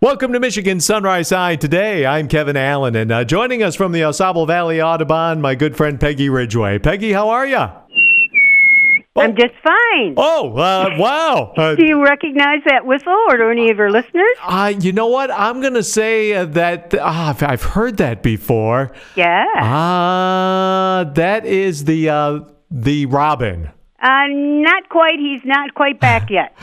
Welcome to Michigan Sunrise High today. I'm Kevin Allen, and uh, joining us from the Osable Valley Audubon, my good friend Peggy Ridgway. Peggy, how are you? I'm just fine. Oh, uh, wow. Uh, Do you recognize that whistle or do any of your listeners? uh, you know what? I'm going to say uh, that ah, I've- I've heard that before. Yeah. Ah, that is the uh, the robin. Uh, not quite. He's not quite back yet.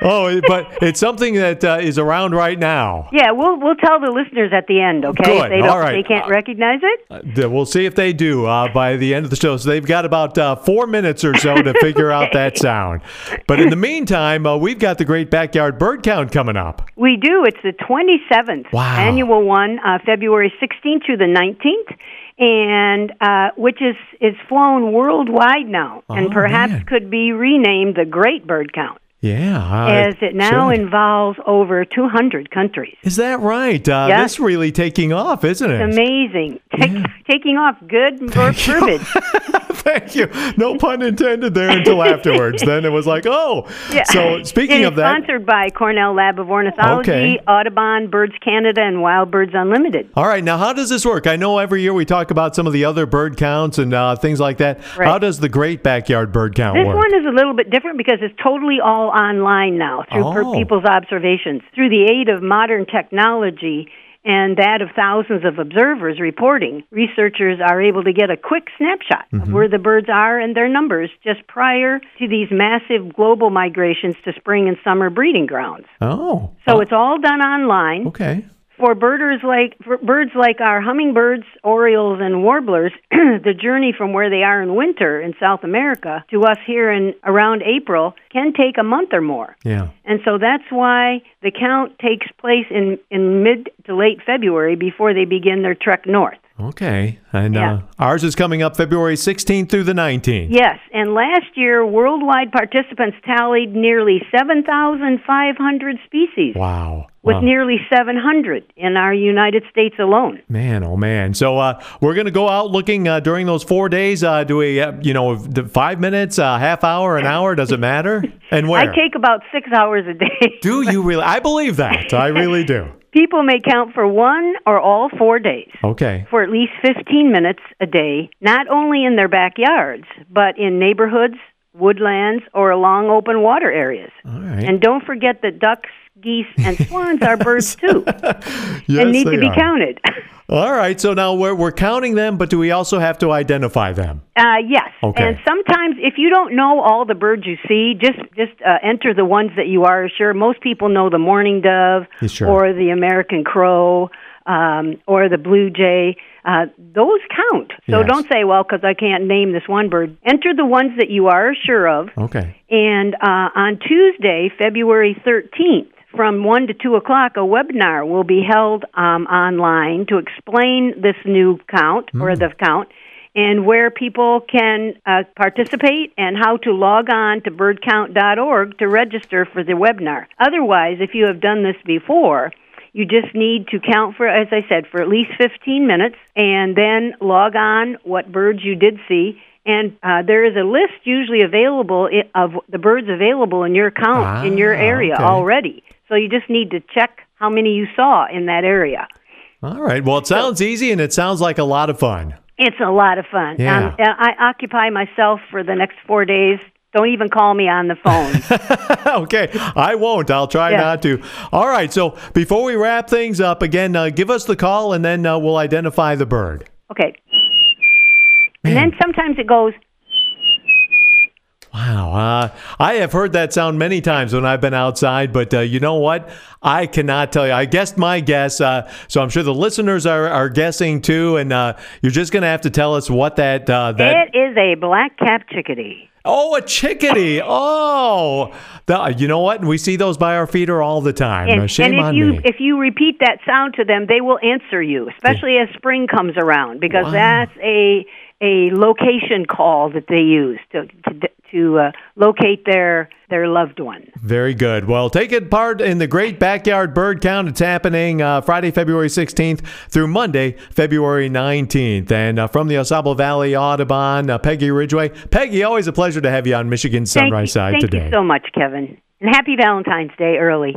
Oh, but it's something that uh, is around right now. Yeah, we'll we'll tell the listeners at the end, okay? Good. If they don't, All right. they can't recognize it. Uh, We'll see if they do uh, by the end of the show. So they've got about uh, four minutes or so to figure out that sound. But in the meantime, uh, we've got the great backyard bird count coming up. We do. It's the 27th Wow. annual one, uh, February 16th through the 19th, and uh, which is is flown worldwide now, Oh, and perhaps man. could be renamed the Great Bird Count, Yeah. uh, as it now should. involves over 200 countries. Is that right? Uh, Yeah. That's really taking off, isn't it? Amazing. Take, Taking off good ver- verbiage. Thank you. No pun intended there until afterwards. then it was like, oh. So speaking It is of that. sponsored by Cornell Lab of Ornithology, Okay. Audubon, Birds Canada, and Wild Birds Unlimited. All right, now how does this work? I know every year we talk about some of the other bird counts and uh, things like that. Right. How does the great backyard bird count This work? one is a little bit different because it's totally all online now through per- Oh. people's observations. Through the aid of modern technology and that of thousands of observers reporting, researchers are able to get a quick snapshot of Mm-hmm. where the birds are and their numbers just prior to these massive global migrations to spring and summer breeding grounds. oh. So it's all done online. Okay. For birders like for birds like our hummingbirds, orioles, and warblers, the journey from where they are in winter in South America to us here in around April can take a month or more. Yeah. And so that's why the count takes place in, in mid to late February before they begin their trek north. Okay. And Yeah. uh, ours is coming up February 16th through the 19th. Yes, and last year worldwide participants tallied nearly 7,500 species, Wow. with Wow. nearly 700 in our United States alone. man, oh man. So uh, we're going to go out looking uh, during those four days. Uh, do we, uh, you know, d- five minutes, uh, half hour, an hour? Does it matter? And where? I take about six hours a day. do you really? I believe that. I really do. People may count for one or all four days Okay. for at least 15 minutes a day, not only in their backyards, but in neighborhoods, woodlands, or along open water areas. All right. And don't forget that ducks, geese, and swans are birds too Yes, and need they to be are. counted. All right. So now we're, we're counting them, but do we also have to identify them? Uh, yes, Okay. and sometimes if you don't know all the birds you see, just just uh, enter the ones that you are sure. Most people know the mourning dove, Yeah, sure. or the American crow, um, or the blue jay. Uh, those count. So Yes. don't say, well, because I can't name this one bird. Enter the ones that you are sure of, Okay. and uh, on Tuesday, February 13th, from 1 to 2 o'clock, a webinar will be held um, online to explain this new count or the count and where people can uh, participate and how to log on to birdcount.org to register for the webinar. Otherwise, if you have done this before, you just need to count for, as I said, for at least 15 minutes and then log on what birds you did see. And uh, there is a list usually available i- of the birds available in your count in your Ah, area okay. already. So you just need to check how many you saw in that area. All right. Well, it sounds easy and it sounds like a lot of fun. It's a lot of fun. Yeah. Um, I I occupy myself for the next four days. Don't even call me on the phone. okay, I won't. I'll try Yeah. not to. All right. So before we wrap things up again, uh, give us the call and then uh, we'll identify the bird. okay. And then sometimes it goes, Wow. Uh, I have heard that sound many times when I've been outside, but uh, you know what? I cannot tell you. I guessed my guess, uh, so I'm sure the listeners are, are guessing too. And uh, you're just going to have to tell us what that uh, that. it is a black cap chickadee. oh, a chickadee. Oh, The- you know what? We see those by our feeder all the time. And, Uh, Shame and if on you me. if you repeat that sound to them, they will answer you, especially as spring comes around, because Wow. that's a a location call that they use to to, to uh, locate their their loved one. Very good. Well, take it part in the Great Backyard Bird Count. It's happening uh, Friday, February 16th through Monday, February 19th. And uh, from the Osable Valley Audubon, uh, Peggy Ridgway. Peggy, always a pleasure to have you on Michigan Thank Sunrise you, Side thank today. you so much, Kevin, and happy Valentine's Day early.